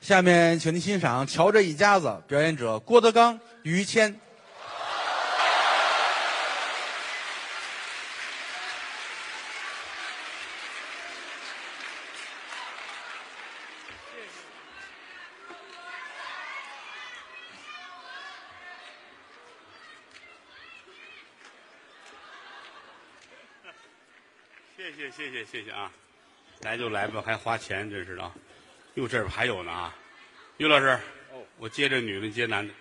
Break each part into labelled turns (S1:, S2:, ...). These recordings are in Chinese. S1: 下面，请您欣赏《瞧这一家子》，表演者郭德纲、于谦。
S2: 谢谢谢谢谢谢啊！来就来吧，还花钱，真是的啊！哟，这边还有呢啊！于老师，哦，我接这女的，接男的。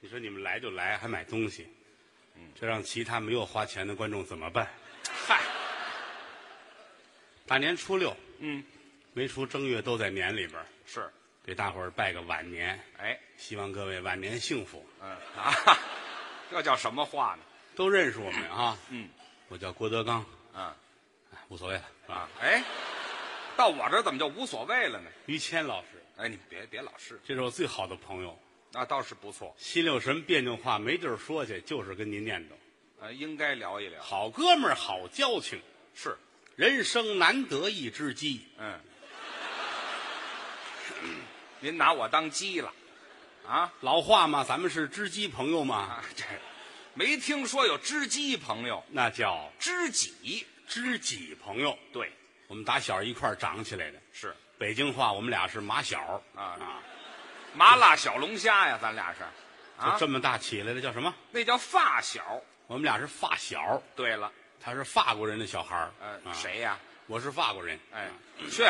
S2: 你说你们来就来，还买东西，这让其他没有花钱的观众怎么办？嗨，大年初六，
S3: 嗯，
S2: 没出正月都在年里边儿，
S3: 是，
S2: 给大伙儿拜个晚年，
S3: 哎，
S2: 希望各位晚年幸福。
S3: 嗯 啊，这叫什么话呢？
S2: 都认识我们啊。
S3: 嗯，
S2: 我叫郭德纲，
S3: 嗯
S2: 哎无所谓了
S3: 啊
S2: 啊。，
S3: 哎，到我这儿怎么就无所谓了呢？
S2: 于谦老师，
S3: 哎，你别别老是，
S2: 这是我最好的朋友，
S3: 那倒是不错，
S2: 心里有什么别扭话没地儿说去，就是跟您念叨。
S3: 呃，应该聊一聊。
S2: 好哥们儿，好交情，
S3: 是，
S2: 人生难得一知己。
S3: 嗯，您拿我当鸡了，啊
S2: 老话嘛，咱们是知己朋友嘛，
S3: 啊，这没听说有知己朋友，
S2: 那叫
S3: 知己
S2: 知己朋友。
S3: 对
S2: 我们打小一块儿长起来的，
S3: 是
S2: 北京话我们俩是马小
S3: 啊
S2: 啊，
S3: 麻辣小龙虾呀，咱俩是，啊
S2: 就，这么大起来的叫什么？
S3: 那叫发小。
S2: 我们俩是发小，
S3: 对了，
S2: 他是法国人的小孩儿，
S3: 呃，
S2: 啊
S3: 谁呀？
S2: 我是法国人，
S3: 哎
S2: 啊，
S3: 去，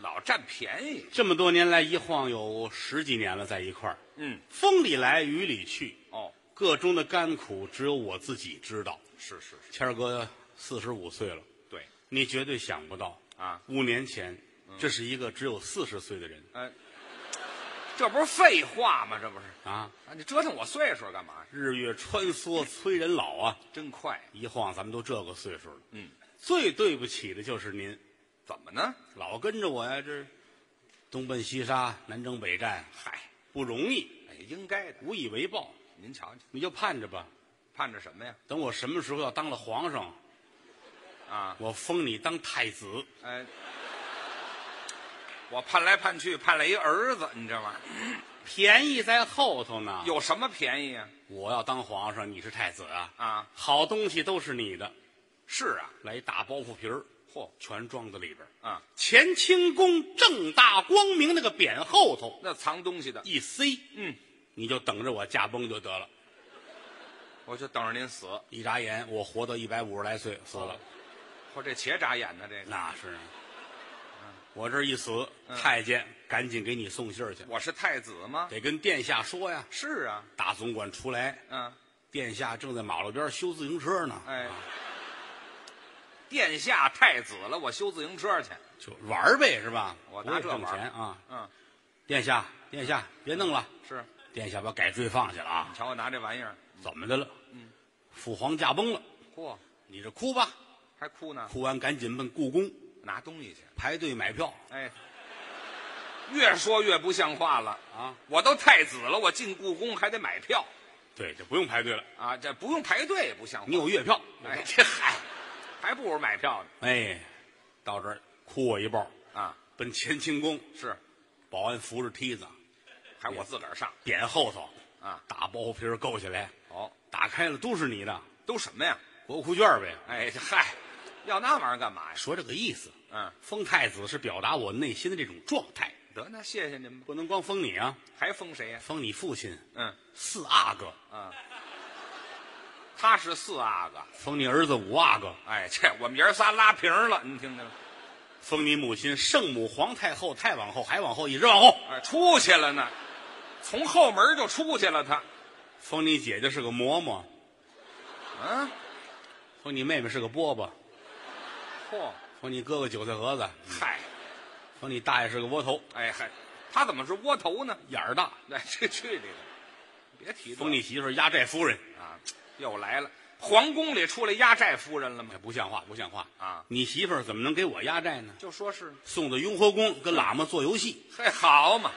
S3: 老占便宜。
S2: 这么多年来，一晃有十几年了，在一块儿，
S3: 嗯，
S2: 风里来雨里去，
S3: 哦，
S2: 各中的甘苦只有我自己知道。
S3: 是是是，
S2: 谦儿哥四十五岁了，
S3: 对，
S2: 你绝对想不到
S3: 啊嗯
S2: 五年前，这是一个只有四十岁的人
S3: 呃，这不是废话吗？这不是
S2: 啊！
S3: 啊？你折腾我岁数干嘛？
S2: 日月穿梭催人老啊！
S3: 真快，
S2: 一晃咱们都这个岁数了，
S3: 嗯，
S2: 最对不起的就是您，
S3: 怎么呢？
S2: 老跟着我呀，这东奔西杀，南征北战，嗨，不容易，
S3: 哎，应该的。
S2: 无以为报，
S3: 您瞧瞧，
S2: 你就盼着吧。
S3: 盼着什么呀？
S2: 等我什么时候要当了皇上，
S3: 啊，
S2: 我封你当太子。
S3: 哎，我盼来盼去，盼来一儿子，你知道吗？
S2: 便宜在后头呢。
S3: 有什么便宜啊？
S2: 我要当皇上，你是太子啊！
S3: 啊，
S2: 好东西都是你的，
S3: 是啊，
S2: 来一大包袱皮儿，
S3: 嚯
S2: 全装在里边儿。
S3: 啊，
S2: 乾清宫正大光明那个匾后头
S3: 那藏东西的，
S2: 一塞，
S3: 嗯，
S2: 你就等着我驾崩就得了。
S3: 我就等着您死。
S2: 一眨眼，我活到一百五十来岁，死
S3: 哦
S2: 了。
S3: 嚯，这且眨眼呢，这个
S2: 那是，
S3: 嗯
S2: 我这一死，太监赶紧给你送信儿去，
S3: 我是太子吗？
S2: 得跟殿下说呀。
S3: 是啊，
S2: 大总管出来，
S3: 嗯、
S2: 殿下正在马路边修自行车呢，
S3: 哎
S2: 啊，
S3: 殿下太子了，我修自行车去。
S2: 就玩儿呗，是吧？
S3: 我
S2: 不
S3: 拿
S2: 是
S3: 这
S2: 挣
S3: 玩儿
S2: 钱啊！
S3: 嗯，
S2: 殿下，殿下，别弄了，
S3: 是，
S2: 殿下把改锥放下了
S3: 你
S2: 啊！
S3: 瞧我拿这玩意儿，
S2: 怎么的了？
S3: 嗯
S2: 父皇驾崩了，
S3: 嚯，
S2: 你这哭吧，
S3: 还哭呢，
S2: 哭完赶紧奔故宫
S3: 拿东西去。
S2: 排队买票
S3: 哎，越说越不像话了。
S2: 啊！
S3: 我都太子了，我进故宫还得买票
S2: 对，就不用排队了，
S3: 啊，这不用排队也不像话
S2: 你。有月票。
S3: 哎，这嗨，还不如买票呢
S2: 哎，到这儿哭我一抱，
S3: 啊！
S2: 奔乾清宫，
S3: 是，
S2: 保安扶着梯子，
S3: 还我自个儿上
S2: 匾后头
S3: 啊。
S2: 大包袱皮儿够起来，
S3: 哦，
S2: 打开了都是你的
S3: 都什么呀？
S2: 国库券呗。
S3: 哎，这嗨，要那玩意儿干嘛呀？
S2: 说这个意思，
S3: 嗯，
S2: 封太子是表达我内心的这种状态，
S3: 得，那谢谢您吧。
S2: 不能光封你啊，
S3: 还封谁呀？
S2: 封你父亲、
S3: 嗯，
S2: 四阿哥，
S3: 他是四阿哥。
S2: 封你儿子五阿哥，
S3: 哎，这我们爷儿仨拉平了，你听见了？
S2: 封你母亲圣母、皇太后、太往后，还往后，一直往后，
S3: 哎，出去了呢，从后门就出去了。他，
S2: 封你姐姐是个嬷嬷，
S3: 嗯，
S2: 封你妹妹是个饽饽，
S3: 嚯，
S2: 封你哥哥韭菜盒子，
S3: 嗨，
S2: 封你大爷是个窝头，
S3: 哎嗨，他怎么是窝头呢？
S2: 眼儿大，
S3: 哎，去去你的，别提这
S2: 封你媳妇儿压寨夫人，
S3: 啊！又来了，皇宫里出来压寨夫人了吗
S2: 这？哎不像话，不像话
S3: 啊
S2: 你媳妇儿怎么能给我压寨呢？
S3: 就说是，
S2: 送到雍和宫跟喇嘛做游戏
S3: 嘿，好嘛，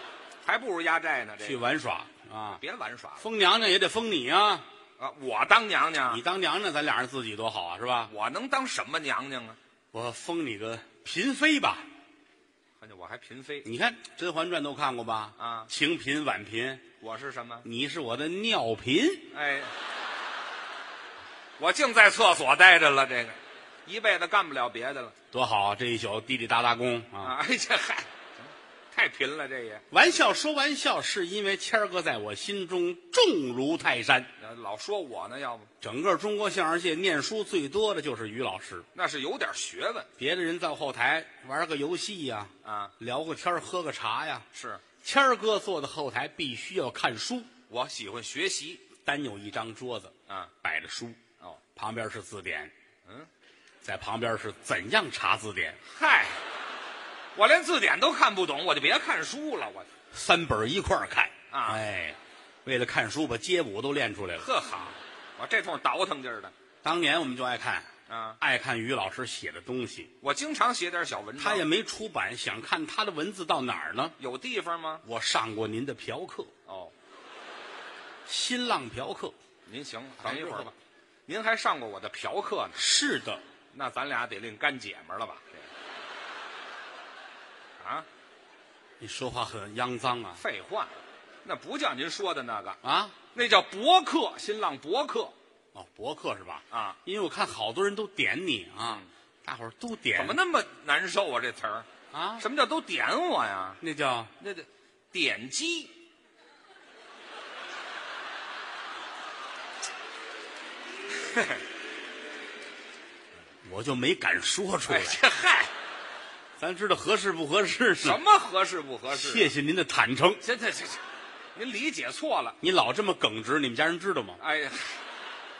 S3: 还不如压寨呢。这
S2: 去
S3: 个
S2: 玩耍啊，
S3: 别玩耍了，
S2: 封娘娘也得封你啊，
S3: 啊，我当娘娘
S2: 你，当娘娘，咱俩人自己多好啊，是吧？
S3: 我能当什么娘娘啊？
S2: 我封你个嫔妃吧。
S3: 看见哎我还嫔妃，
S2: 你看《甄嬛传》都看过吧？
S3: 啊
S2: 清嫔、婉嫔，
S3: 我是什么？
S2: 你是我的尿嫔。
S3: 哎，我净在厕所待着了，这个一辈子干不了别的了
S2: 多好！啊这一宿滴滴答答功啊！
S3: 啊！哎，这嗨，太贫了，这也
S2: 玩笑说玩笑，是因为谦儿哥在我心中重如泰山。
S3: 呃老说我呢，要不
S2: 整个中国相声界念书最多的就是于老师，
S3: 那是有点学问
S2: 别的人到后台玩个游戏呀、
S3: 啊。
S2: 聊个天儿喝个茶呀。
S3: 是
S2: 谦儿哥坐在后台必须要看书，
S3: 我喜欢学习
S2: 单有一张桌子，
S3: 啊。
S2: 摆着书，
S3: 哦，
S2: 旁边是字典，
S3: 嗯，
S2: 在旁边是怎样查字典，
S3: 嗨，我连字典都看不懂，我就别看书了。我
S2: 三本儿一块儿看
S3: 啊
S2: 哎，为了看书把街舞都练出来了。
S3: 呵好，我这通倒腾劲儿的
S2: 当年我们就爱看，
S3: 啊。
S2: 爱看于老师写的东西，
S3: 我经常写点小文章，
S2: 他也没出版，想看他的文字到哪儿呢？
S3: 有地方吗？
S2: 我上过您的嫖客，
S3: 哦，
S2: 新浪嫖客。
S3: 您行，
S2: 咱
S3: 等
S2: 们
S3: 一会
S2: 说
S3: 儿
S2: 吧
S3: 吧。您还上过我的嫖课呢，
S2: 是的，
S3: 那咱俩得另干姐们儿了吧？这啊，
S2: 你说话很肮脏啊
S3: 废话，那不叫您说的那个，
S2: 啊！
S3: 那叫博客，新浪博客
S2: 哦，博客是吧？
S3: 啊。嗯
S2: 因为我看好多人都点你啊，大伙儿都点
S3: 怎么那么难受啊？这词儿，
S2: 啊？
S3: 什么叫都点我呀？
S2: 那叫
S3: 那得点击
S2: 我就没敢说出来
S3: 哎，，这嗨，
S2: 咱知道合适不合适
S3: 什
S2: 呢？
S3: 么合适不合适？啊
S2: 谢谢您的坦诚，
S3: 这这这，这您理解错了。
S2: 你老这么耿直，你们家人知道吗？
S3: 哎呀，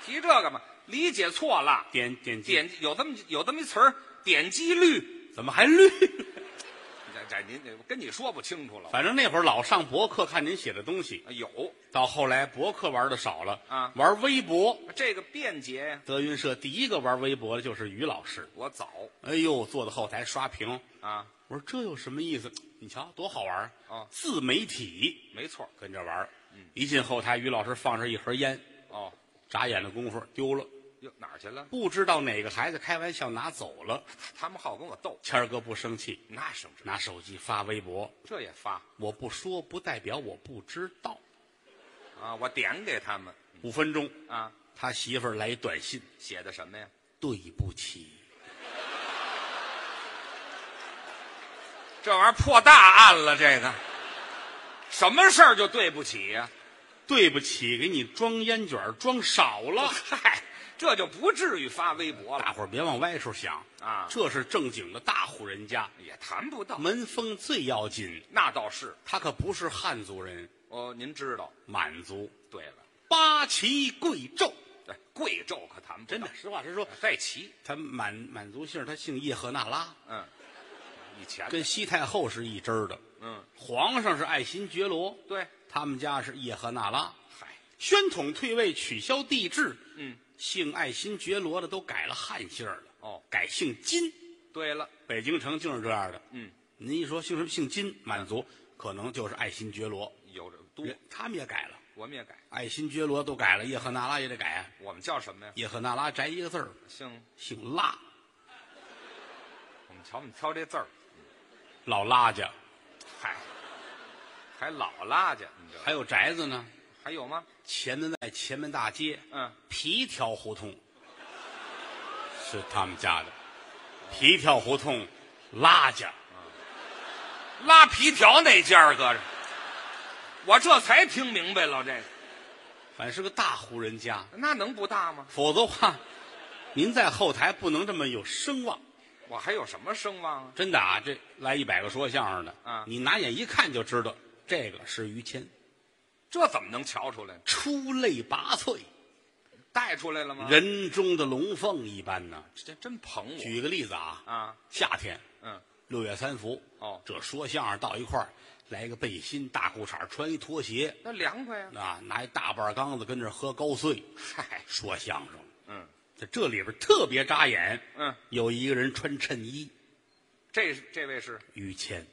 S3: 提这干嘛？理解错了。
S2: 点点击
S3: 点有这么有这么一词儿，点击率。
S2: 怎么还绿？
S3: 这这您这我跟你说不清楚了。
S2: 反正那会儿老上博客看您写的东西，
S3: 有
S2: 到后来博客玩的少了
S3: 啊
S2: 玩微博。
S3: 这个便捷呀，
S2: 德云社第一个玩微博的就是于老师，
S3: 我早
S2: 哎呦，坐在后台刷屏，
S3: 啊，
S2: 我说这有什么意思？你瞧多好玩儿
S3: 哦嗯
S2: 自媒体
S3: 没错儿
S2: 跟着玩儿一进后台，于老师放上一盒烟，
S3: 哦。
S2: 眨眼的功夫丢了，
S3: 哟，哪儿去了？
S2: 不知道哪个孩子开玩笑拿走了。
S3: 他们好跟我斗，
S2: 谦儿哥不生气，
S3: 那省事。
S2: 拿手机发微博，
S3: 这也发
S2: 我不说不代表我不知道。
S3: 啊，我点给他们
S2: 五分钟，
S3: 啊，
S2: 他媳妇儿来一短信：
S3: 写的什么呀？
S2: 对不起。
S3: 这玩意儿破大案了，这个什么事儿就对不起呀、
S2: 对不起，给你装烟卷儿装少了。
S3: 嗨，这就不至于发微博了，
S2: 大伙儿别往歪处想
S3: 啊
S2: 这是正经的大户人家，
S3: 也谈不到。
S2: 门风最要紧。
S3: 那倒是，
S2: 他可不是汉族人，
S3: 哦，您知道。
S2: 满族
S3: 对了，
S2: 八旗贵胄，
S3: 对，贵胄可谈不到
S2: 真的，实话实说，
S3: 带旗，
S2: 他满满族姓，他姓叶赫那拉，
S3: 嗯，以前
S2: 跟西太后是一支儿的。
S3: 嗯，
S2: 皇上是爱新觉罗，
S3: 对，
S2: 他们家是叶赫那拉。
S3: 嗨，
S2: 宣统退位，取消帝制，
S3: 嗯，
S2: 姓爱新觉罗的都改了汉姓儿了，
S3: 哦，
S2: 改姓金。
S3: 对了，
S2: 北京城就是这样的。
S3: 嗯，
S2: 您一说姓什么姓金，满族可能就是爱新觉罗，
S3: 有这都，
S2: 人他们也改了，
S3: 我们也改，
S2: 爱新觉罗都改了，叶赫那拉也得改啊。
S3: 我们叫什么呀？
S2: 叶赫那拉摘一个字儿，
S3: 姓，
S2: 姓拉，
S3: 我们瞧我们挑这字儿，
S2: 老拉家。
S3: 嗨，还老拉家，你这
S2: 还有宅子呢，
S3: 还有吗？
S2: 前门外前门大街，
S3: 嗯，
S2: 皮条胡同是他们家的，皮条胡同拉家。
S3: 拉皮条那家儿搁着，我这才听明白了，这个
S2: 反正是个大户人家，
S3: 那能不大吗？
S2: 否则话，您在后台不能这么有声望。
S3: 我还有什么声望啊？
S2: 真的啊，这来一百个说相声的，
S3: 啊
S2: 你拿眼一看就知道，这个是于谦，
S3: 这怎么能瞧出来呢？
S2: 出类拔萃，
S3: 带出来了吗？
S2: 人中的龙凤一般呢。
S3: 这真捧我
S2: 举个例子啊，
S3: 啊！
S2: 夏天
S3: 嗯，
S2: 六月三伏，
S3: 哦
S2: 这说相声到一块儿，来个背心、大裤衩，穿一拖鞋，
S3: 那凉快呀、
S2: 啊，拿一大半缸子跟这儿喝高碎，
S3: 嗨，
S2: 说相声。
S3: 嗯
S2: 在这里边特别扎眼，
S3: 嗯，
S2: 有一个人穿衬衣，
S3: 这是这位是
S2: 于谦，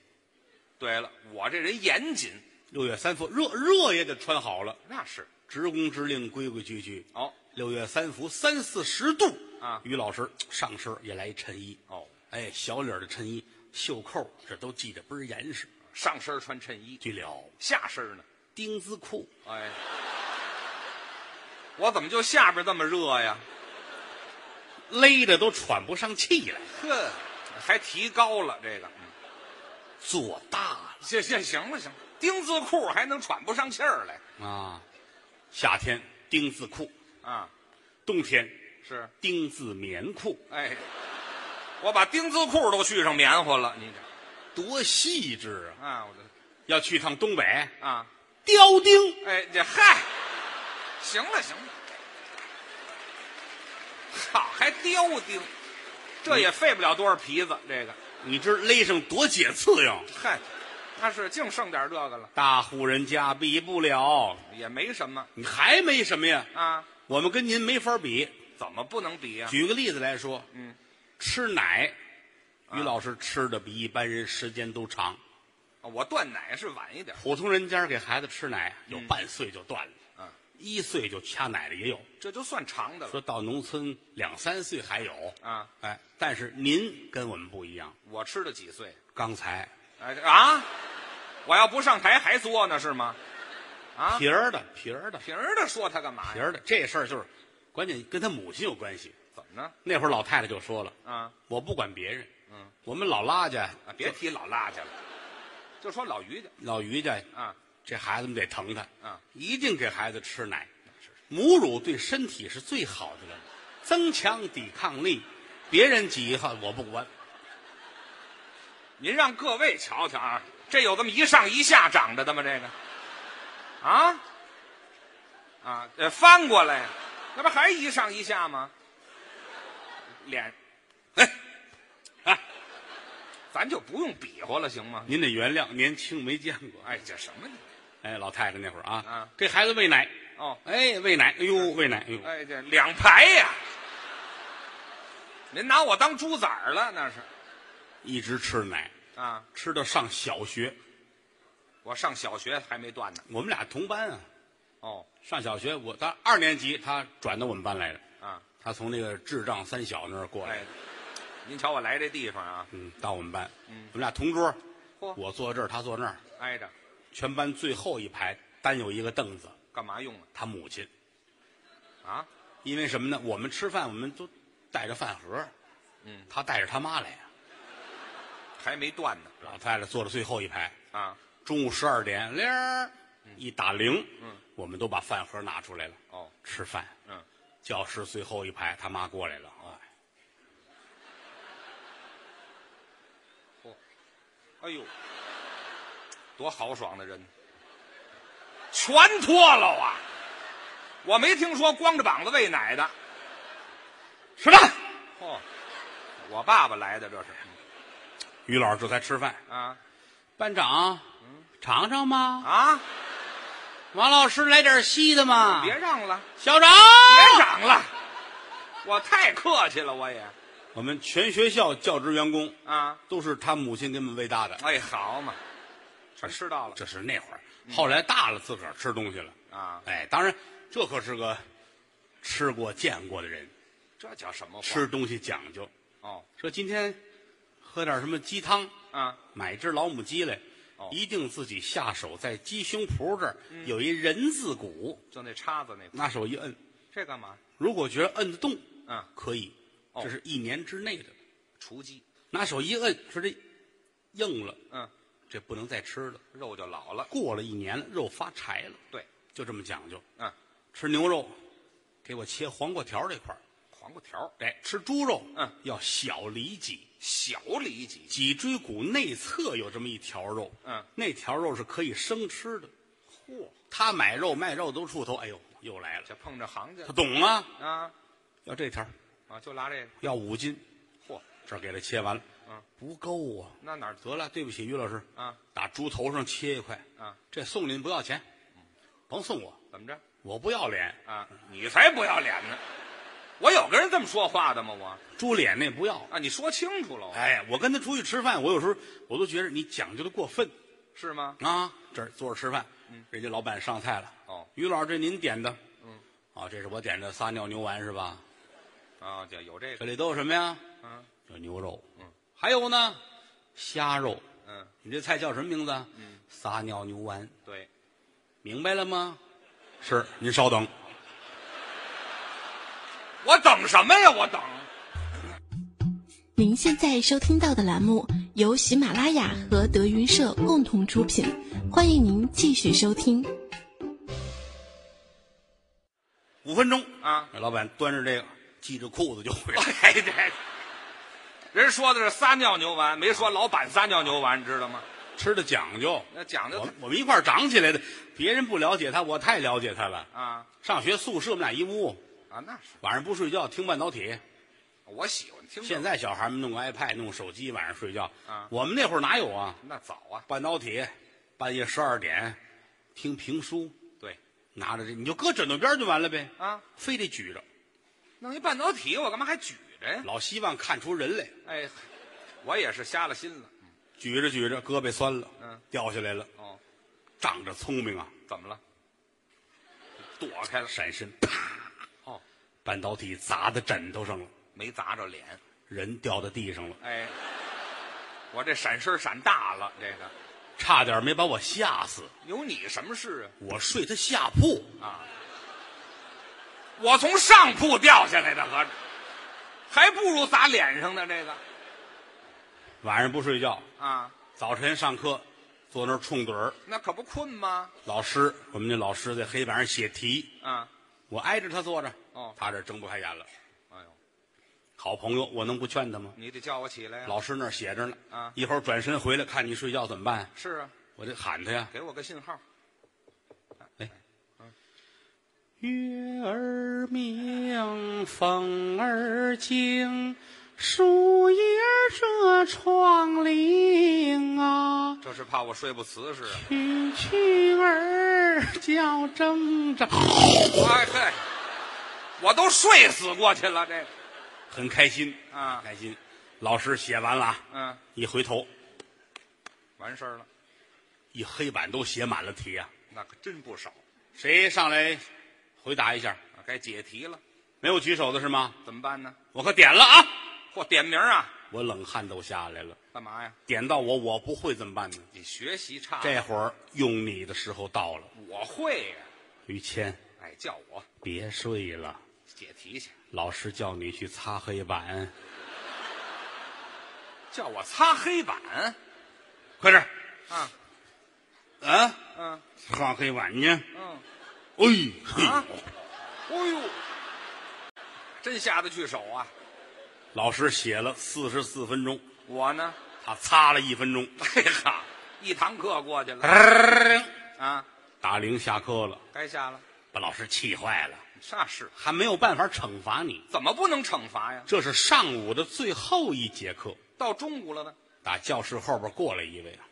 S3: 对了，我这人严谨，
S2: 六月三伏，热热也得穿好了，
S3: 那是
S2: 职工之令，规规矩矩。
S3: 哦
S2: 六月三伏，三四十度
S3: 啊
S2: 于老师上身也来一衬衣，
S3: 哦，
S2: 哎，小领儿的衬衣，袖扣这都系得倍儿严实。
S3: 上身穿衬衣，
S2: 对了，
S3: 下身呢？
S2: 丁字裤，
S3: 哎，我怎么就下边这么热呀？
S2: 勒的都喘不上气来，
S3: 呵，还提高了这个，嗯
S2: 做大
S3: 行行行了行了，丁字裤还能喘不上气儿来
S2: 了啊！夏天丁字裤，
S3: 啊？
S2: 冬天
S3: 是，
S2: 丁字棉裤，
S3: 哎，我把丁字裤都续上棉花了，你这
S2: 多细致啊！
S3: 啊，我这
S2: 要去趟东北，
S3: 啊，
S2: 雕钉
S3: 哎，这嗨，行了行了，好，还雕钉，这也费不了多少皮子，这个
S2: 你知勒上多解刺痒，
S3: 嗨，那是净剩点这个了，
S2: 大户人家比不了。
S3: 也没什么
S2: 你还没什么呀？
S3: 啊，
S2: 我们跟您没法比。
S3: 怎么不能比呀、
S2: 举个例子来说，
S3: 嗯，
S2: 吃奶，于老师吃的比一般人时间都长。
S3: 我断奶是晚一点，
S2: 普通人家给孩子吃奶，有半岁就断了，
S3: 嗯，
S2: 一岁就掐奶的也有，
S3: 这就算长的了
S2: 说到农村两三岁还有。
S3: 啊。
S2: 哎，但是您跟我们不一样。
S3: 我吃的几岁？
S2: 刚才
S3: 哎啊！我要不上台还作呢是吗？啊
S2: 皮儿的皮儿的
S3: 平儿的说他干嘛
S2: 皮
S3: 呀？
S2: 儿的，这事儿就是，关键跟他母亲有关系。
S3: 怎么呢？
S2: 那会儿老太太就说了，
S3: 啊
S2: 我不管别人，
S3: 嗯，
S2: 我们老拉家、
S3: 啊！别提老辣去了，就说老于家
S2: 老于家
S3: 啊
S2: 这孩子们得疼他，
S3: 啊，
S2: 一定给孩子吃奶
S3: 是。
S2: 母乳对身体是最好的了，增强抵抗力。别人挤一号我不管，
S3: 您让各位瞧瞧啊，这有这么一上一下长着的吗？这个啊啊，呃，翻过来，那不还一上一下吗？脸，哎，哎，咱就不用比划了，行吗？
S2: 您得原谅，年轻没见过。
S3: 哎，这什么？
S2: 哎，老太太那会儿啊，
S3: 啊
S2: 给孩子喂奶，
S3: 哦，
S2: 哎，喂奶，哎呦，喂奶，哎呦，
S3: 哎，这两排呀！您拿我当猪崽儿了，那是
S2: 一直吃奶，
S3: 啊！
S2: 吃到上小学。
S3: 我上小学还没断呢。
S2: 我们俩同班啊，
S3: 哦，
S2: 上小学，我他二年级，他转到我们班来的，
S3: 啊，
S2: 他从那个智障三小那儿过来
S3: 哎，，您瞧我来这地方啊，
S2: 嗯，到我们班，我们俩同桌，
S3: 嚯
S2: 我坐这儿，他坐那儿，
S3: 挨着，
S2: 全班最后一排单有一个凳子，
S3: 干嘛用啊？
S2: 他母亲。
S3: 啊，
S2: 因为什么呢？我们吃饭，我们都带着饭盒，
S3: 嗯，
S2: 他带着他妈来呀、
S3: 还没断呢。
S2: 老太太坐着最后一排，
S3: 啊，
S2: 中午十二点铃儿一打铃，
S3: 嗯，
S2: 我们都把饭盒拿出来了，
S3: 哦，
S2: 吃饭。
S3: 嗯，
S2: 教室最后一排，他妈过来了，哎，
S3: 哎呦，多豪爽的人，全脱了啊！我没听说光着膀子喂奶的。
S2: 吃饭。
S3: 哦，我爸爸来的这是
S2: 于老师这才吃饭，
S3: 啊
S2: 班长，
S3: 嗯
S2: 尝尝吗？
S3: 啊！
S2: 王老师来点稀的吗？
S3: 别让了。
S2: 校长，
S3: 别嚷了，我太客气了，我也
S2: 我们全学校教职员工
S3: 啊，
S2: 都是他母亲给我们喂大的。
S3: 哎，好嘛，全吃到了
S2: 这是那会儿，
S3: 嗯
S2: 后来大了自个儿吃东西了。
S3: 啊，
S2: 哎，当然，这可是个吃过见过的人，
S3: 这叫什么话？
S2: 吃东西讲究。
S3: 哦
S2: 说今天喝点什么鸡汤，
S3: 啊，
S2: 买只老母鸡来，
S3: 哦嗯
S2: 一定自己下手在鸡胸脯这儿有一人字骨，
S3: 就那叉子那块，
S2: 拿手一摁，
S3: 这干嘛？
S2: 如果觉得摁得动，
S3: 嗯，
S2: 可以，
S3: 哦
S2: 这是一年之内的。
S3: 雏鸡，
S2: 拿手一摁，说这硬了，
S3: 嗯，
S2: 这不能再吃了。
S3: 肉就老了，
S2: 过了一年了，肉发柴了，
S3: 对，
S2: 就这么讲究。
S3: 嗯，
S2: 吃牛肉，给我切黄瓜条这块儿。
S3: 黄瓜条，
S2: 哎，吃猪肉，
S3: 嗯，
S2: 要小里脊，
S3: 小里脊，
S2: 脊椎骨内侧有这么一条肉，
S3: 嗯，
S2: 那条肉是可以生吃的。
S3: 嚯，
S2: 他买肉卖肉都出头，哎呦，又来了，
S3: 这碰着 行家
S2: 他懂啊，
S3: 啊
S2: 要这条，
S3: 啊，就拉这个，
S2: 要五斤，
S3: 嚯，
S2: 这儿给他切完了，
S3: 嗯，
S2: 不够啊，
S3: 那哪儿
S2: 得了，对不起，于老师，
S3: 啊
S2: 打猪头上切一块，
S3: 啊？
S2: 这送您不要钱，甭送我，
S3: 怎么着
S2: 我不要脸，
S3: 啊？你才不要脸呢！我有跟人这么说话的吗？我
S2: 猪脸那不要。哎
S3: 啊，你说清楚了，
S2: 哎，我跟他出去吃饭，我有时候我都觉得你讲究的过分
S3: 是吗？
S2: 啊，这儿坐着吃饭，人家老板上菜了。
S3: 哦，
S2: 于老师，这您点的。嗯，哦，这是我点的撒尿牛丸是吧？
S3: 啊，就有这
S2: 这
S3: 个，
S2: 里都有什么呀？
S3: 嗯
S2: 有牛肉，嗯，还有呢，虾肉。
S3: 嗯，
S2: 你这菜叫什么名字？嗯，撒尿牛丸，
S3: 对，
S2: 明白了吗？是，您稍等。
S3: 我等什么呀？我等，
S4: 您现在收听到的栏目由喜马拉雅和德云社共同出品，欢迎您继续收听。
S2: 五分钟
S3: 啊！
S2: 老板端着这个，系着裤子就回来。
S3: 哎对，人说的是撒尿牛丸，没说老板撒尿牛丸，你知道吗？
S2: 吃的讲究，
S3: 那讲究
S2: 我们我们一块儿长起来的，别人不了解他，我太了解他了。
S3: 啊
S2: 上学宿舍我们俩一屋，
S3: 啊，那是
S2: 晚上不睡觉听半导体。
S3: 我喜欢听这个，
S2: 现在小孩们弄个 iPad，弄手机，晚上睡觉。
S3: 嗯啊
S2: 我们那会儿哪有啊？
S3: 那早啊，
S2: 半导体，半夜十二点，听评书，
S3: 对
S2: 拿着这你就搁枕头边儿就完了呗。
S3: 啊，
S2: 非得举着，
S3: 弄一半导体，我干嘛还举着呀？
S2: 老希望看出人来。
S3: 哎，我也是瞎了心了。
S2: 举着举着，胳膊酸了，
S3: 嗯，
S2: 掉下来了。
S3: 哦，
S2: 仗着聪明啊，
S3: 怎么了？躲开了，
S2: 闪身，啪，
S3: 哦，
S2: 半导体砸在枕头上了，
S3: 没砸着脸。
S2: 人掉在地上了，
S3: 哎，我这闪身闪大了，这个
S2: 差点没把我吓死。
S3: 有你什么事
S2: 我睡他下铺，
S3: 啊？啊，我从上铺掉下来的，合着还不如砸脸上呢。这个
S2: 晚上不睡觉，
S3: 啊，
S2: 早晨上课，坐那儿冲盹儿。
S3: 那可不困吗？
S2: 老师，我们那老师在黑板上写题，
S3: 啊，
S2: 我挨着他坐着，
S3: 哦
S2: 他这睁不开眼了。
S3: 哎呦，
S2: 好朋友，我能不劝他吗？
S3: 你得叫我起来呀、
S2: 老师那儿写着呢，
S3: 啊
S2: 一会儿转身回来看你睡觉怎么办？
S3: 是啊，
S2: 我得喊他呀。
S3: 给我个信号。
S2: 月儿明，风儿静，树叶遮窗棂啊，
S3: 这是怕我睡不瓷实啊！
S2: 蛐蛐儿叫铮铮。
S3: 哎嘿，我都睡死过去了。这个，
S2: 很开心
S3: 啊
S2: 很开心。老师写完了啊，
S3: 嗯，
S2: 一回头，
S3: 完事儿了，
S2: 一黑板都写满了题啊。
S3: 那可真不少。
S2: 谁上来回答一下？
S3: 啊该解题了，
S2: 没有举手的是吗？
S3: 怎么办呢？
S2: 我可点了啊！
S3: 嚯，点名啊！
S2: 我冷汗都下来了。
S3: 干嘛呀？
S2: 点到我，我不会怎么办呢？
S3: 你学习差，
S2: 这会儿用你的时候到了，
S3: 我会呀、
S2: 于谦，
S3: 哎，叫我
S2: 别睡了，
S3: 解题去，
S2: 老师叫你去擦黑板，
S3: 叫我擦黑板
S2: 快点儿
S3: 啊！
S2: 啊！
S3: 嗯
S2: 擦黑板去！哎
S3: 嗯，，
S2: 嘿
S3: 啊哎呦，真下得去手啊！
S2: 老师写了四十四分钟，
S3: 我呢，
S2: 他擦了一分钟，
S3: 哎呀，一堂课过去了啊，
S2: 打铃下课了，
S3: 该下了。
S2: 把老师气坏了，
S3: 啥事？
S2: 还没有办法惩罚你。
S3: 怎么不能惩罚呀？
S2: 这是上午的最后一节课，
S3: 到中午了呢，
S2: 打教室后边过来一位啊，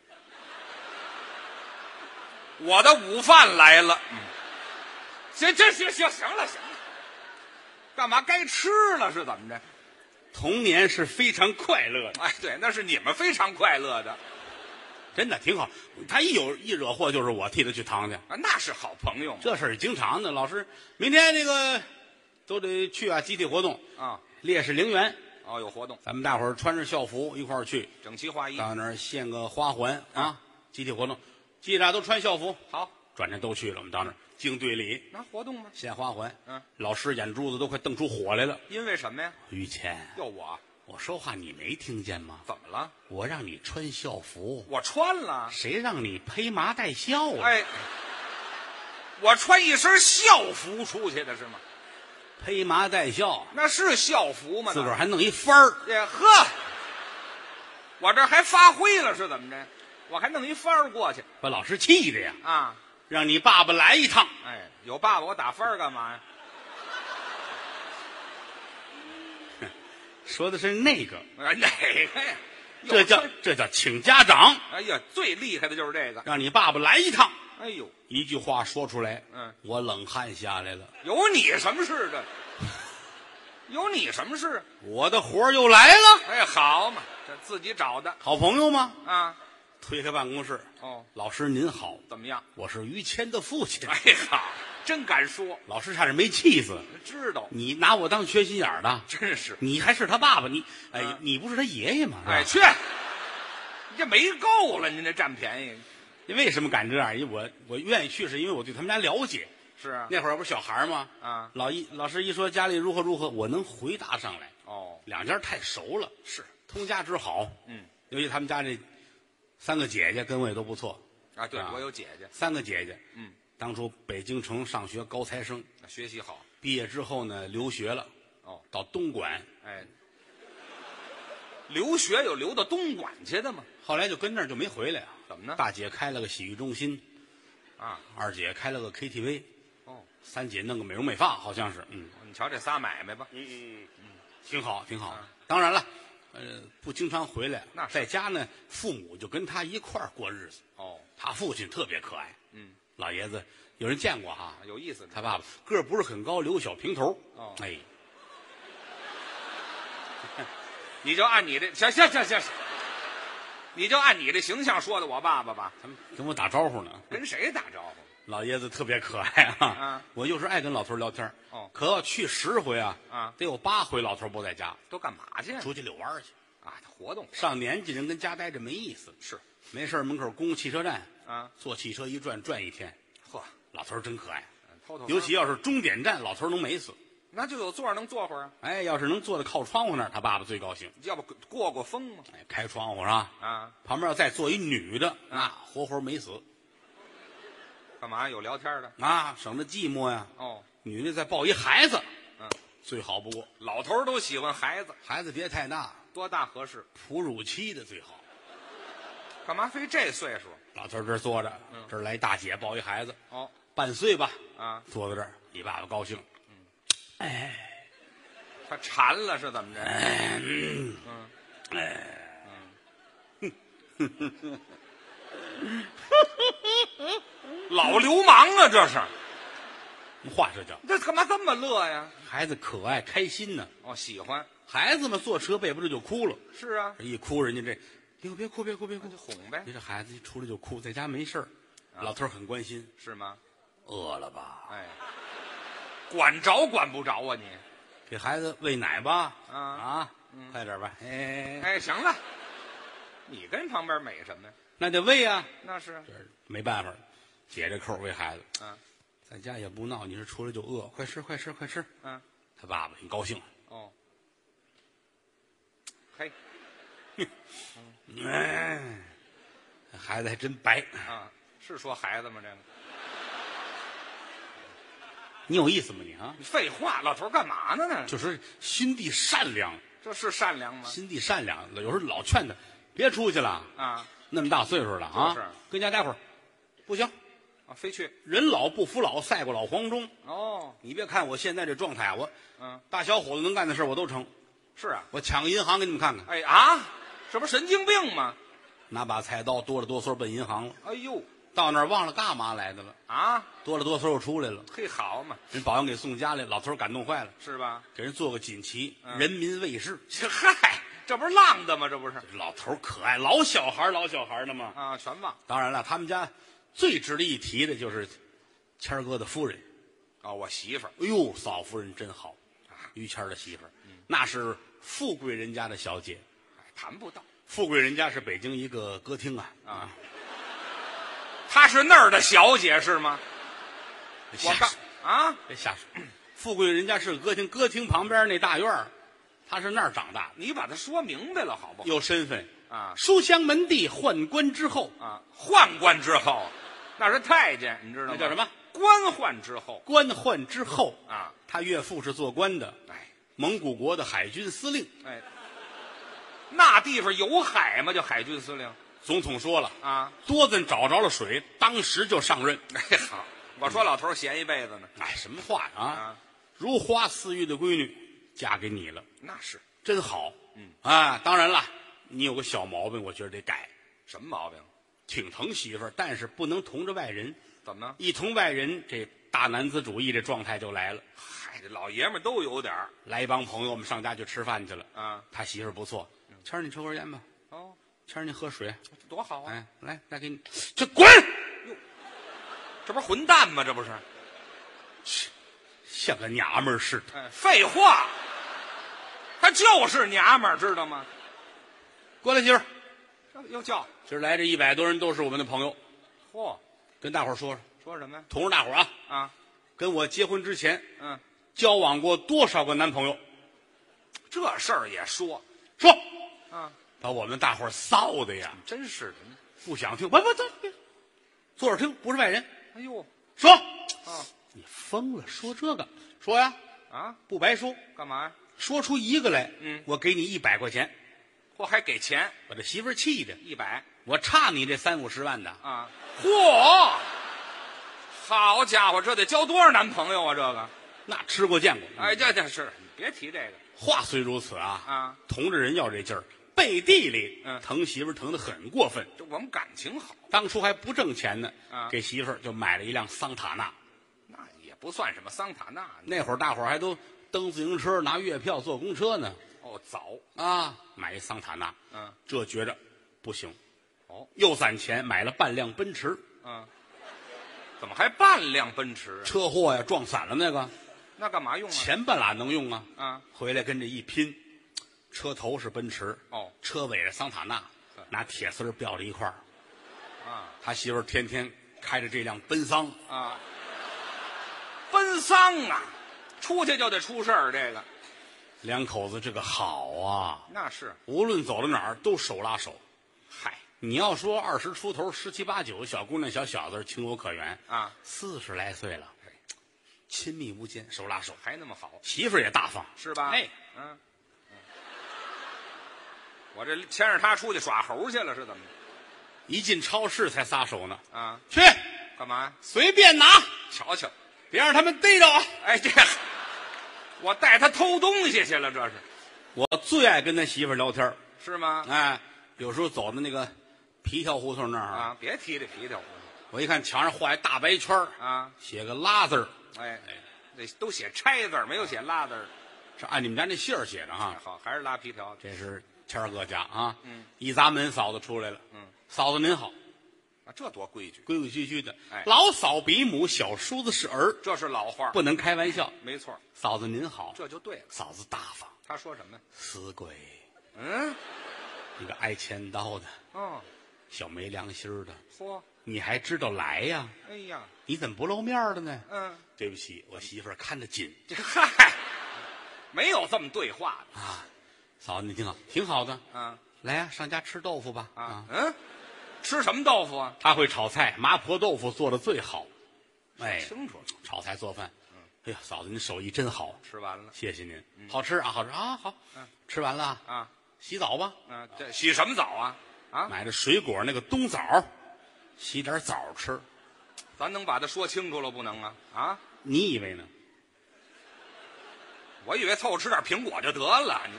S3: 我的午饭来了。嗯，行行行行行了行了，干嘛该吃了是怎么着？
S2: 童年是非常快乐的，
S3: 哎，对，那是你们非常快乐的
S2: 真的挺好。他一有一惹祸，就是我替他去堂去，
S3: 啊，那是好朋友嘛
S2: 这事儿经常的。老师，明天这个都得去啊，集体活动，
S3: 啊。
S2: 烈士陵园，
S3: 哦，有活动，
S2: 咱们大伙儿穿着校服一块儿去，
S3: 整齐划一。
S2: 到那儿献个花环啊，集体活动，记着啊都穿校服。
S3: 好，
S2: 转天都去了，我们到那儿敬队礼。
S3: 那活动吗？
S2: 献花环，
S3: 嗯，
S2: 老师眼珠子都快瞪出火来了。
S3: 因为什么呀？
S2: 于谦，
S3: 要我
S2: 我说话你没听见吗？
S3: 怎么了？
S2: 我让你穿校服，
S3: 我穿了。
S2: 谁让你披麻戴孝啊？，
S3: 哎，我穿一身校服出去的是吗？
S2: 披麻戴孝，啊
S3: 那是校服吗？
S2: 自个儿还弄一幡儿，
S3: 也呵，我这还发挥了是怎么着？我还弄一幡儿过去
S2: 把老师气的呀！
S3: 啊！
S2: 让你爸爸来一趟，
S3: 哎，有爸爸我打幡儿干嘛呀？
S2: 说的是那个，
S3: 哎，哪个呀？
S2: 这
S3: 有
S2: 叫这叫请家长，
S3: 哎呀，最厉害的就是这个。
S2: 让你爸爸来一趟。
S3: 哎呦，
S2: 一句话说出来，
S3: 嗯，
S2: 我冷汗下来了，
S3: 有你什么事这？有你什么事？
S2: 我的活儿又来了。
S3: 哎，好嘛，这自己找的
S2: 好朋友吗？
S3: 啊！
S2: 推开办公室，
S3: 哦，
S2: 老师您好，
S3: 怎么样？
S2: 我是于谦的父亲。
S3: 哎好，真敢说，
S2: 老师差点没气死，
S3: 知道，
S2: 你拿我当缺心眼儿的，
S3: 真是。
S2: 你还是他爸爸，你哎
S3: 嗯，
S2: 你不是他爷爷吗？是吧
S3: 哎，去，你这没够了，您这占便宜。
S2: 你为什么敢这样？因为我我愿意去，是因为我对他们家了解。
S3: 是啊，
S2: 那会儿不是小孩儿吗？
S3: 啊
S2: 老一老师一说家里如何如何，我能回答上来。
S3: 哦，
S2: 两家太熟了，是通家之好。
S3: 嗯，
S2: 尤其他们家这三个姐姐跟我也都不错，
S3: 啊，对
S2: 啊
S3: 我有姐姐，
S2: 三个姐姐，
S3: 嗯，
S2: 当初北京城上学高材生，
S3: 学习好。
S2: 毕业之后呢留学了，
S3: 哦，
S2: 到东莞，
S3: 哎，留学有留到东莞去的吗？
S2: 后来就跟那儿就没回来啊。
S3: 怎么呢
S2: 大姐开了个洗浴中心，
S3: 啊，
S2: 二姐开了个 KTV，
S3: 哦，
S2: 三姐弄个美容美发，好像是，嗯
S3: 你瞧这仨买卖吧，
S2: 嗯嗯嗯，挺好挺好
S3: 啊。
S2: 当然了，呃，不经常回来，
S3: 那是
S2: 在家呢，父母就跟他一块儿过日子。
S3: 哦，
S2: 他父亲特别可爱，
S3: 嗯，
S2: 老爷子有人见过哈
S3: 啊，有意思呢。
S2: 他爸爸个儿不是很高，留个小平头，
S3: 哦
S2: 哎，
S3: 你就按你这，行行行行行，你就按你这形象说的我爸爸吧，
S2: 他们跟我打招呼呢。
S3: 跟谁打招呼？
S2: 老爷子特别可爱啊，
S3: 啊
S2: 我就是爱跟老头儿聊天儿
S3: 哦
S2: 可要去十回啊，
S3: 啊
S2: 得有八回老头儿不在家，
S3: 都干嘛去啊？
S2: 出去遛弯儿去。
S3: 啊，活动
S2: 上年纪人跟家待着没意思，
S3: 是
S2: 没事儿门口公汽车站
S3: 啊，
S2: 坐汽车一转转一天，
S3: 嚯，
S2: 老头儿真可爱。
S3: 偷偷
S2: 尤其要是终点站，老头儿能美死。
S3: 那就有座儿能坐会儿啊，
S2: 哎，要是能坐在靠窗户那儿，他爸爸最高兴。
S3: 要不过过风嘛
S2: 哎，开窗户是吧？
S3: 啊？
S2: 旁边要再坐一女的，那活活美死
S3: 干嘛有聊天的？
S2: 啊，省得寂寞呀。
S3: 哦，
S2: 女的再抱一孩子，
S3: 嗯，
S2: 最好不过。
S3: 老头儿都喜欢孩子，
S2: 孩子别太大，
S3: 多大合适？
S2: 哺乳期的最好。
S3: 干嘛非这岁数？
S2: 老头儿这儿坐着，
S3: 嗯
S2: 这儿来大姐抱一孩子，
S3: 哦
S2: 半岁吧，
S3: 啊，
S2: 坐在这儿，你爸爸高兴。
S3: 他馋了是怎么着？老流氓啊，这是
S2: 话这叫
S3: 这干嘛这么乐呀？
S2: 孩子可爱开心呢。
S3: 哦，喜欢
S2: 孩子们坐车背不住就哭了，
S3: 是啊，
S2: 一哭人家这，哎呦别哭别哭别哭，
S3: 就哄呗
S2: 你这孩子一出来就哭，在家没事儿，老头儿很关心，
S3: 是吗？
S2: 饿了吧？
S3: 哎，管着管不着啊你？
S2: 给孩子喂奶吧，
S3: 啊
S2: 快点吧，嗯哎，
S3: 哎，行了，你跟旁边美什么呀？
S2: 那得喂啊，
S3: 那是
S2: 这儿没办法，解这扣儿喂孩子，
S3: 啊
S2: 在家也不闹，你是出来就饿，快吃快吃快吃，
S3: 啊
S2: 他爸爸很高兴，啊
S3: 哦，嘿
S2: 哎，孩子还真白，
S3: 啊，是说孩子吗？这个
S2: 你有意思吗你啊？
S3: 你废话，老头儿干嘛呢呢？
S2: 就是心地善良，
S3: 这是善良吗？
S2: 心地善良，有时候老劝他别出去了，
S3: 啊
S2: 那么大岁数了啊，
S3: 就是
S2: 跟家待会儿，不行，
S3: 啊，非去
S2: 人老不服老，赛过老黄忠。
S3: 哦，
S2: 你别看我现在这状态啊，我
S3: 嗯，
S2: 大小伙子能干的事儿我都成，
S3: 是啊，
S2: 我抢个银行给你们看看，
S3: 哎啊，这不神经病吗？
S2: 拿把菜刀哆里哆嗦奔银行了，
S3: 哎呦
S2: 到那儿忘了干嘛来的了，
S3: 啊，
S2: 哆里哆嗦又出来了，
S3: 嘿好嘛，
S2: 人保安给送家里，老头儿感动坏了，
S3: 是吧？
S2: 给人做个锦旗，
S3: 嗯
S2: 人民卫士。
S3: 这嗨，这不是浪的吗？这不是
S2: 老头儿可爱，老小孩儿老小孩儿的嘛。
S3: 啊，全忘
S2: 当然了，他们家最值得一提的就是谦儿哥的夫人，
S3: 啊，我媳妇儿
S2: 哎呦，嫂夫人真好，于谦儿的媳妇儿，那是富贵人家的小姐。
S3: 哎谈不到，
S2: 富贵人家是北京一个歌厅啊
S3: 啊她是那儿的小姐是吗？
S2: 瞎
S3: 我
S2: 说
S3: 刚啊，
S2: 别瞎说。富贵人家是个歌厅，歌厅旁边那大院儿，他是那儿长大的，
S3: 你把它说明白了好不好？
S2: 有身份
S3: 啊
S2: 书香门第，宦官之后，
S3: 啊，宦官之后，那是太监，你知道吗？
S2: 那叫什么？
S3: 官宦之后
S2: 官宦之后，
S3: 啊，
S2: 他岳父是做官的，
S3: 哎
S2: 蒙古国的海军司令。
S3: 哎，那地方有海吗？就海军司令
S2: 总统说了，
S3: 啊。
S2: 多咱找着了水，当时就上任。
S3: 哎好，我说老头儿闲一辈子呢
S2: 哎，什么话呀啊
S3: 啊！
S2: 如花似玉的闺女嫁给你了，
S3: 那是
S2: 真好。嗯啊，当然了，你有个小毛病，我觉得得改，
S3: 什么毛病？
S2: 挺疼媳妇儿，但是不能同着外人。
S3: 怎么？
S2: 一同外人，这大男子主义这状态就来了。
S3: 嗨，这老爷们儿都有点儿
S2: 来一帮朋友，我们上家去吃饭去了。
S3: 啊。
S2: 嗯他媳妇儿不错，谦儿，你抽根烟吧。
S3: 哦，
S2: 谦儿，你喝水。
S3: 多好啊！
S2: 哎，来，再给你，这滚！
S3: 这不是混蛋吗？这不是？
S2: 像个娘们儿似的。
S3: 哎，废话，他就是娘们儿，知道吗？
S2: 过来，媳妇儿，
S3: 这又叫
S2: 今儿来这一百多人都是我们的朋友，
S3: 嚯，
S2: 跟大伙儿说说，
S3: 说什么呀？
S2: 同着大伙儿啊，
S3: 啊，
S2: 跟我结婚之前
S3: 嗯，
S2: 交往过多少个男朋友？
S3: 这事儿也说
S2: 说，
S3: 啊，
S2: 把我们大伙儿臊的呀，
S3: 真是的。
S2: 不想听。不不，坐坐着听，不是外人。
S3: 哎呦，
S2: 说，
S3: 啊
S2: 你疯了，说这个，说呀，
S3: 啊，
S2: 不白说，
S3: 干嘛呀？
S2: 说出一个来，
S3: 嗯
S2: 我给你一百块钱。
S3: 嚯，还给钱
S2: 把这媳妇儿气的，
S3: 一百
S2: 我差你这三五十万的，
S3: 啊？嚯，好家伙，这得交多少男朋友啊？这个，
S2: 那吃过见过。
S3: 哎，这这是别提这个
S2: 话虽如此啊，
S3: 啊，
S2: 同着人要这劲儿，背地里
S3: 嗯
S2: 疼媳妇儿疼得很过分。
S3: 这我们感情好，
S2: 当初还不挣钱呢，
S3: 啊
S2: 给媳妇儿就买了一辆桑塔纳。
S3: 那也不算什么桑塔纳
S2: 那会儿大伙儿还都蹬自行车、拿月票坐公车呢，
S3: 哦，早，
S2: 啊，买一桑塔纳，
S3: 嗯，
S2: 这觉着不行，
S3: 哦，
S2: 又攒钱买了半辆奔驰。
S3: 嗯，怎么还半辆奔驰啊？
S2: 车祸呀，撞散了那个
S3: 那干嘛用啊？
S2: 前半拉能用啊，
S3: 啊，
S2: 回来跟这一拼，车头是奔驰，
S3: 哦
S2: 车尾是桑塔纳，拿铁丝儿吊在一块儿。
S3: 啊
S2: 他媳妇儿天天开着这辆奔桑，
S3: 啊，奔丧啊，出去就得出事儿，这个
S2: 两口子这个好啊，
S3: 那是，
S2: 无论走到哪儿都手拉手。
S3: 嗨，
S2: 你要说二十出头、十七八九小姑娘、小小子儿情有可原
S3: 啊，哎
S2: 四十来岁了，亲密无间，手拉手，
S3: 还那么好，
S2: 媳妇儿也大方，
S3: 是吧？
S2: 哎，
S3: 嗯，嗯我这牵着他出去耍猴去了，是怎么的？
S2: 一进超市才撒手呢，
S3: 啊，
S2: 去
S3: 干嘛呀？
S2: 随便拿，
S3: 瞧瞧，
S2: 别让他们逮着啊！
S3: 哎，这我带他偷东西去了，这是
S2: 我最爱跟他媳妇儿聊天儿
S3: 是吗？
S2: 哎，有时候走到那个皮条胡同那儿啊，
S3: 啊，别提这皮条了
S2: 我一看墙上画一大白圈儿
S3: 啊，
S2: 写个拉字儿，
S3: 哎
S2: 哎，
S3: 那都写拆字儿，没有写拉字儿。哎
S2: 是按你们家那姓儿写的哈。
S3: 好，还是拉皮条。
S2: 这是谦儿哥家啊，
S3: 嗯，
S2: 一砸门，嫂子出来了，
S3: 嗯，
S2: 嫂子您好，
S3: 啊，这多规矩，
S2: 规规矩矩的，
S3: 哎
S2: 老嫂比母，小叔子是儿，
S3: 这是老话儿，
S2: 不能开玩笑。
S3: 没错儿，
S2: 嫂子您好，
S3: 这就对了。
S2: 嫂子大方，
S3: 他说什么呀？
S2: 死鬼，
S3: 嗯，
S2: 一个挨千刀的
S3: 哦，
S2: 小没良心儿的，
S3: 嚯，
S2: 你还知道来呀？
S3: 哎呀，
S2: 你怎么不露面儿了呢？
S3: 嗯，
S2: 对不起，我媳妇儿看得紧
S3: 这嗨， 没有这么对话的
S2: 啊。嫂子您挺好，挺好的，
S3: 啊
S2: 来呀、上家吃豆腐吧
S3: 啊，嗯，吃什么豆腐啊？
S2: 他会炒菜，麻婆豆腐做的最好。哎，
S3: 清楚了，
S2: 炒菜做饭。
S3: 嗯
S2: 哎呀，嫂子，您手艺真好，
S3: 吃完了
S2: 谢谢您。好吃啊，好吃啊，好。吃完了啊，
S3: 嗯啊
S2: 洗澡吧，
S3: 啊，这洗什么澡啊？啊，
S2: 买的水果那个冬枣，洗点枣吃。
S3: 咱能把它说清楚了不能啊？啊，
S2: 你以为呢？
S3: 我以为凑合吃点苹果就得了，你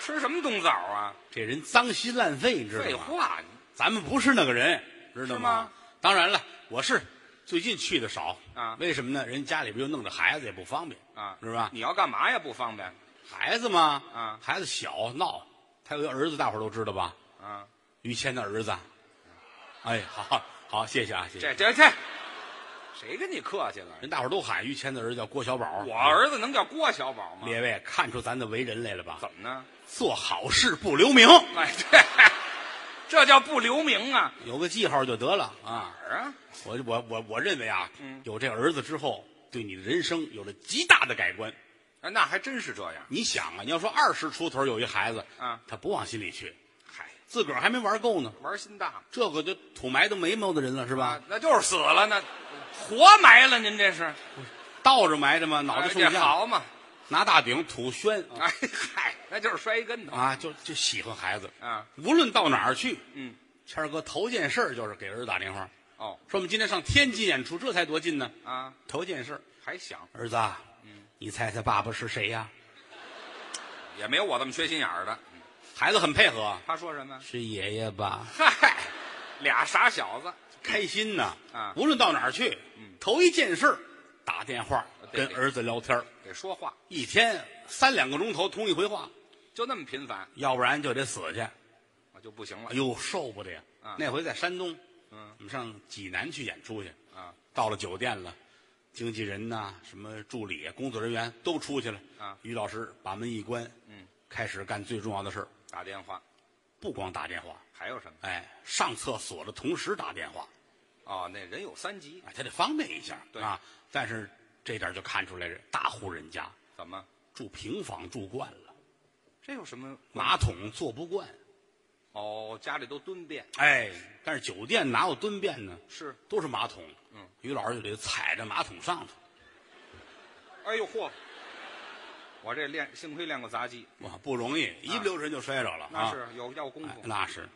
S3: 吃什么冬枣啊？
S2: 这人脏心烂肺，你知
S3: 废
S2: 道吗？
S3: 话，你
S2: 咱们不是那个人，知道
S3: 是吗？
S2: 当然了，我是最近去的少
S3: 啊
S2: 为什么呢？人家里边又弄着孩子，也不方便
S3: 啊，
S2: 是吧？
S3: 你要干嘛呀？不方便
S2: 孩子嘛，
S3: 啊
S2: 孩子小闹，他有一个儿子，大伙儿都知道吧？
S3: 啊？
S2: 于谦的儿子。哎，好好好，谢谢啊，谢
S3: 这
S2: 谢。
S3: 这这，谁跟你客气了？
S2: 人大伙儿都喊于谦的儿子叫郭小宝，
S3: 我儿子能叫郭小宝吗？
S2: 列位看出咱的为人来了吧？
S3: 怎么呢？
S2: 做好事不留名，
S3: 哎，这这叫不留名啊！
S2: 有个记号就得了啊
S3: 哪！儿啊？
S2: 我我我我认为啊，
S3: 嗯
S2: 有这儿子之后，对你的人生有了极大的改观。
S3: 哎那还真是这样。
S2: 你想啊，你要说二十出头有一孩子，
S3: 啊
S2: 他不往心里去，
S3: 嗨，
S2: 自个儿还没玩够呢，
S3: 玩心大
S2: 这个就土埋的眉毛的人了，是吧
S3: 啊？，那就是死了，那活埋了。您这是
S2: 倒着埋着嘛，脑袋冲
S3: 哎这
S2: 下，
S3: 好嘛？
S2: 拿大饼土宣啊
S3: 哎嗨，那就是摔一跟头
S2: 啊，就就喜欢孩子，
S3: 啊。
S2: 无论到哪儿去，
S3: 嗯，
S2: 谦儿哥头件事儿就是给儿子打电话，
S3: 哦
S2: 说我们今天上天津演出，这才多近呢。
S3: 啊，嗯
S2: 头件事儿，
S3: 还想
S2: 儿子啊，你猜猜爸爸是谁呀、
S3: 也没有我这么缺心眼儿的。
S2: 孩子很配合，
S3: 他说什么？
S2: 是爷爷吧？
S3: 嗨，俩傻小子
S2: 开心呐！
S3: 啊嗯
S2: 无论到哪儿去，头一件事儿打电话
S3: 啊对
S2: 跟儿子聊天儿
S3: 得说话，
S2: 一天三两个钟头通一回话，
S3: 就那么频繁，
S2: 要不然就得死去。
S3: 啊就不行了
S2: 哎。呦，受不了！
S3: 啊
S2: 那回在山东，
S3: 嗯
S2: 我们上济南去演出去，
S3: 啊
S2: 到了酒店了，经纪人呐、什么助理、啊工作人员都出去了。
S3: 啊
S2: 于老师把门一关，
S3: 嗯，
S2: 开始干最重要的事儿，
S3: 打电话
S2: 不光打电话，
S3: 还有什么？
S2: 哎，上厕所的同时打电话，
S3: 哦，那人有三急，
S2: 哎，他得方便一下，
S3: 对
S2: 啊。但是这点就看出来，大户人家
S3: 怎么？
S2: 住平房住惯了，
S3: 这有什么？
S2: 马桶坐不惯，
S3: 哦，家里都蹲便
S2: 哎，但是酒店哪有蹲便呢？
S3: 是。
S2: 都是马桶，
S3: 嗯，
S2: 于老师就得踩着马桶上头。
S3: 哎呦嚯！我这练，幸亏练过杂技，
S2: 哇，不容易，一不留神就摔着了。
S3: 啊那
S2: 啊
S3: 是有要功
S2: 哎
S3: 夫，
S2: 那是，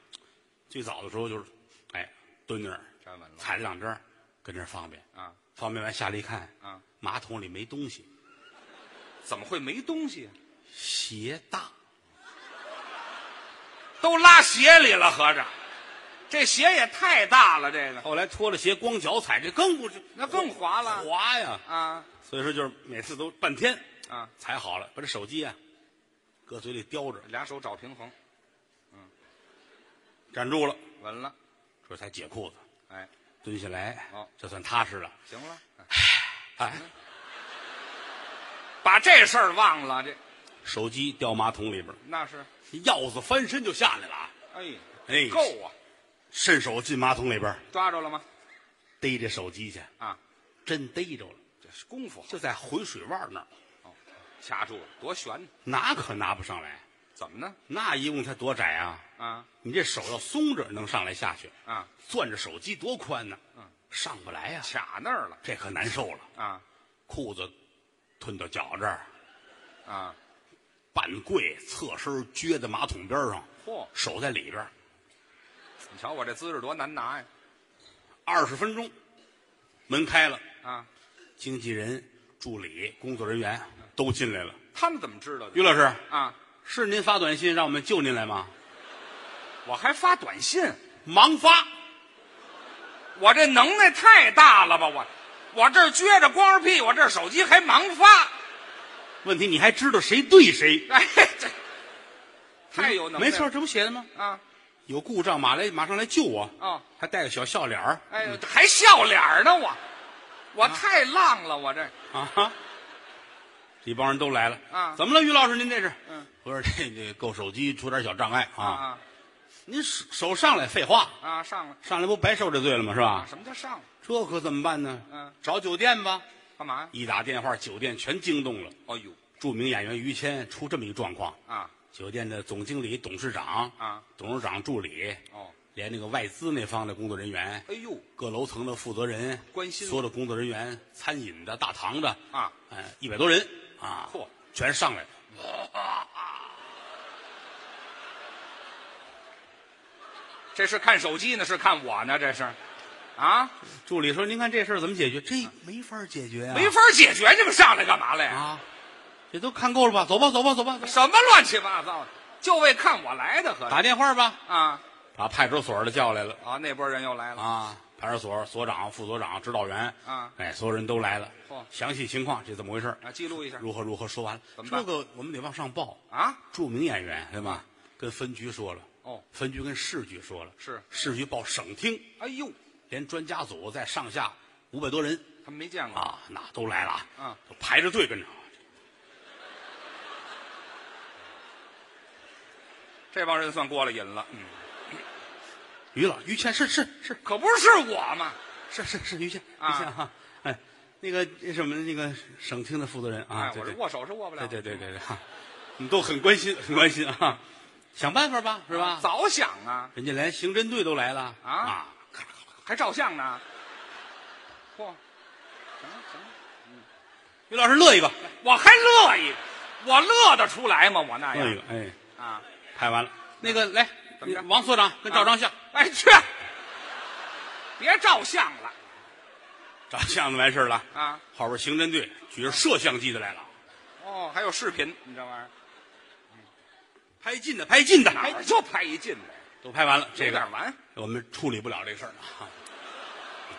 S2: 最早的时候就是，哎，蹲那儿，
S3: 站稳了
S2: 踩着两针儿，跟那儿方便，
S3: 啊
S2: 方便完下来一看，
S3: 啊！
S2: 马桶里没东西，
S3: 怎么会没东西啊？
S2: 鞋大，
S3: 都拉鞋里了，合着这鞋也太大了， 这个
S2: 后来脱了鞋光脚踩，这更不是，
S3: 那更滑了
S2: 滑呀！
S3: 啊
S2: 所以说就是每次都半天
S3: 啊！
S2: 踩好了，把这手机啊搁嘴里叼着，
S3: 俩手找平衡，
S2: 站住了，
S3: 稳了，
S2: 这才解裤子，
S3: 哎，
S2: 蹲下来，
S3: 哦
S2: 这算踏实了。
S3: 行了，哎
S2: 哎，
S3: 把这事儿忘了，这
S2: 手机掉马桶里边儿，
S3: 那是
S2: 鹞子翻身就下来了啊！
S3: 哎
S2: 哎
S3: 够啊！
S2: 伸手进马桶里边儿
S3: 抓着了吗？
S2: 逮这手机去，
S3: 啊，
S2: 真逮着了，
S3: 这是功夫好，
S2: 就在回水腕那儿，
S3: 哦掐住了，多悬呢！
S2: 拿可拿不上来，
S3: 怎么呢？
S2: 那一共才多窄啊！
S3: 啊
S2: 你这手要松着能上来下去，
S3: 啊，
S2: 攥着手机多宽呢、
S3: 嗯
S2: 上不来呀、
S3: 卡那儿了
S2: 这可难受了。
S3: 啊
S2: 裤子吞到脚这儿，
S3: 啊！
S2: 半跪侧身撅在马桶边上，
S3: 嚯，
S2: 手在里边儿，
S3: 你瞧我这姿势多难拿呀！
S2: 二十分钟，门开了，
S3: 啊，
S2: 经纪人、助理、工作人员都进来了。
S3: 他们怎么知道
S2: 于
S3: 的？
S2: 老师，
S3: 啊，
S2: 是您发短信让我们救您来吗？
S3: 我还发短信，
S2: 忙发。
S3: 我这能耐太大了吧？我，我这儿撅着光着屁股，我这儿手机还盲发，
S2: 问题你还知道谁对谁？
S3: 哎，这太有能耐
S2: 没
S3: 了，
S2: 错，这不写的吗？
S3: 啊！
S2: 有故障，马来马上来救我。
S3: 哦，
S2: 还带个小笑脸儿
S3: 哎呦，还笑脸儿呢我，我太浪了，我这
S2: 啊哈！这帮人都来了
S3: 啊
S2: 怎么了，于老师？您这是？
S3: 嗯，
S2: 我说这这够手机出点小障碍啊。
S3: 啊
S2: 您手手上来，废话，
S3: 啊上了
S2: 上来不白受这罪了吗？是
S3: 啊！
S2: 吧？
S3: 什么叫上了？
S2: 这可怎么办呢？
S3: 嗯，
S2: 找酒店吧。
S3: 干嘛呀？
S2: 一打电话，酒店全惊动了。
S3: 哦呦
S2: 著名演员于谦出这么一状况，
S3: 啊
S2: 酒店的总经理、董事长
S3: 啊，
S2: 董事长助理，
S3: 哦，
S2: 连那个外资那方的工作人员，
S3: 哎呦
S2: 各楼层的负责人，
S3: 关心
S2: 所有的工作人员，餐饮的、大堂的，
S3: 啊！
S2: 哎，一百多人啊，
S3: 嚯，
S2: 全上来了。
S3: 这是看手机呢，是看我呢？这是，啊，
S2: 助理说：“您看这事儿怎么解决？这没法解决啊，
S3: 没法解决，你们上来干嘛来呀？
S2: 啊，这都看够了吧？走吧，走吧，走吧，走吧
S3: 什么乱七八糟的，就为看我来的，合着
S2: 打电话吧。
S3: 啊
S2: 把派出所的叫来了
S3: 啊！那波人又来了，
S2: 啊，派出所所长、副所长、指导员
S3: 啊
S2: 哎，所有人都来了
S3: 嚯。
S2: 详细情况这怎么回事？
S3: 啊，记录一下
S2: 如何如何？说完了，
S3: 怎么
S2: 这
S3: 办
S2: 个我们得往上报。
S3: 啊！
S2: 著名演员对吗？跟分局说了。”
S3: 哦，
S2: 分局跟市局说了，
S3: 是
S2: 市局报省厅，
S3: 哎呦，
S2: 连专家组在上下五百多人
S3: 他们没见过，
S2: 啊，那都来了啊，
S3: 啊
S2: 都排着队跟着。
S3: 这帮人算过了瘾了，嗯，
S2: 于老于谦是是是
S3: 可不是我嘛，
S2: 是是是于谦，
S3: 啊
S2: 于谦哈，哎，那个那什么那个省厅的负责人啊，
S3: 哎，
S2: 对
S3: 我
S2: 对
S3: 这握手是握不了，
S2: 对对对对对，哈 你都很关心很关心啊，想办法吧，是吧？
S3: 早想啊，
S2: 人家连刑侦队都来了
S3: 啊
S2: 啊，
S3: 还照相呢，嚯，行了行了，
S2: 于老师乐一个，
S3: 我还乐一个，我乐得出来吗？我那
S2: 乐一
S3: 样
S2: 个，哎，
S3: 啊，
S2: 拍完了，那个来
S3: 怎么着
S2: 王所长跟照张相，
S3: 哎去，别照相了
S2: 照相就完事儿了。
S3: 啊，
S2: 后边刑侦队举着摄像机的来了，
S3: 哦，还有视频，你这玩意儿。
S2: 拍近的，拍近的，
S3: 哪儿哎就拍一进来，
S2: 都拍啊完了。这
S3: 有
S2: 个
S3: 点完，
S2: 我们处理不了这个事儿了。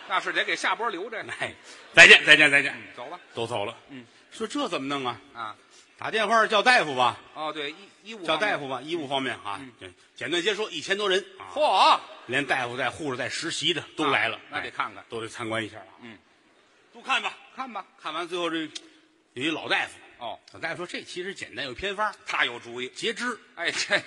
S3: 那是得给下波留着。嗯
S2: 哎，再见，再见，再见，
S3: 走吧，
S2: 都走了。
S3: 嗯，
S2: 说这怎么弄啊？
S3: 啊，
S2: 打电话叫大夫吧，
S3: 哦，对，医医务
S2: 叫
S3: 方面
S2: 大夫吧，医务方面啊，对，简短截说，一千多人啊，
S3: 嚯，
S2: 连大夫带护士带实习的都来了
S3: 啊，那得
S2: 哎
S3: 看看
S2: 都得参观一下啊。
S3: 嗯，
S2: 都看吧，
S3: 看吧。
S2: 看完最后这有一老大夫，
S3: 哦，
S2: 老大夫说这其实简单有偏方，
S3: 他有主意。
S2: 截肢，
S3: 哎，这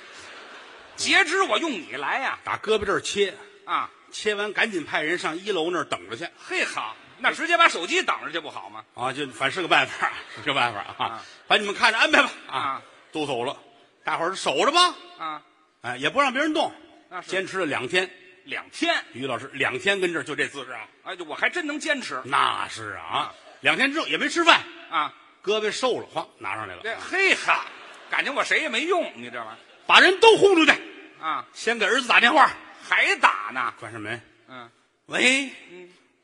S3: 截肢我用你来呀、
S2: 打胳膊这儿切，
S3: 啊！
S2: 切完赶紧派人上一楼那儿等着去
S3: 嘿好，那直接把手机挡着去不好吗？
S2: 啊，就反正是个办法， 是个办法啊
S3: 啊，
S2: 把你们看着安排吧
S3: 啊，
S2: 都走了，大伙儿守着吧，
S3: 啊，
S2: 哎，也不让别人动
S3: 那，是
S2: 坚持了两天。
S3: 两天，
S2: 于老师两天跟这儿就这姿势啊，
S3: 哎，我还真能坚持
S2: 那是啊，两天之后也没吃饭，
S3: 啊！
S2: 胳膊瘦了，哗拿上来了，
S3: 这嘿哈，感情我谁也没用，你知道吗？
S2: 把人都轰出去，
S3: 啊，
S2: 先给儿子打电话，
S3: 还打呢？
S2: 关上门，
S3: 嗯，
S2: 喂，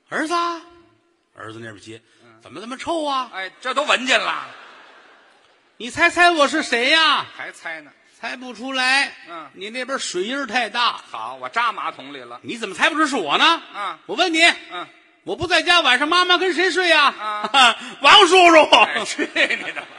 S2: 儿子啊，儿子那边接，怎么这么臭啊？
S3: 哎，这都闻见了，
S2: 你猜猜我是谁呀、
S3: 还猜呢？
S2: 猜不出来，
S3: 嗯
S2: 你那边水印儿太大，
S3: 好，我扎马桶里了。
S2: 你怎么猜不出是我呢？
S3: 嗯
S2: 我问你，
S3: 嗯，
S2: 我不在家，晚上妈妈跟谁睡呀、
S3: 啊
S2: 王叔叔，
S3: 哎，去你的吧！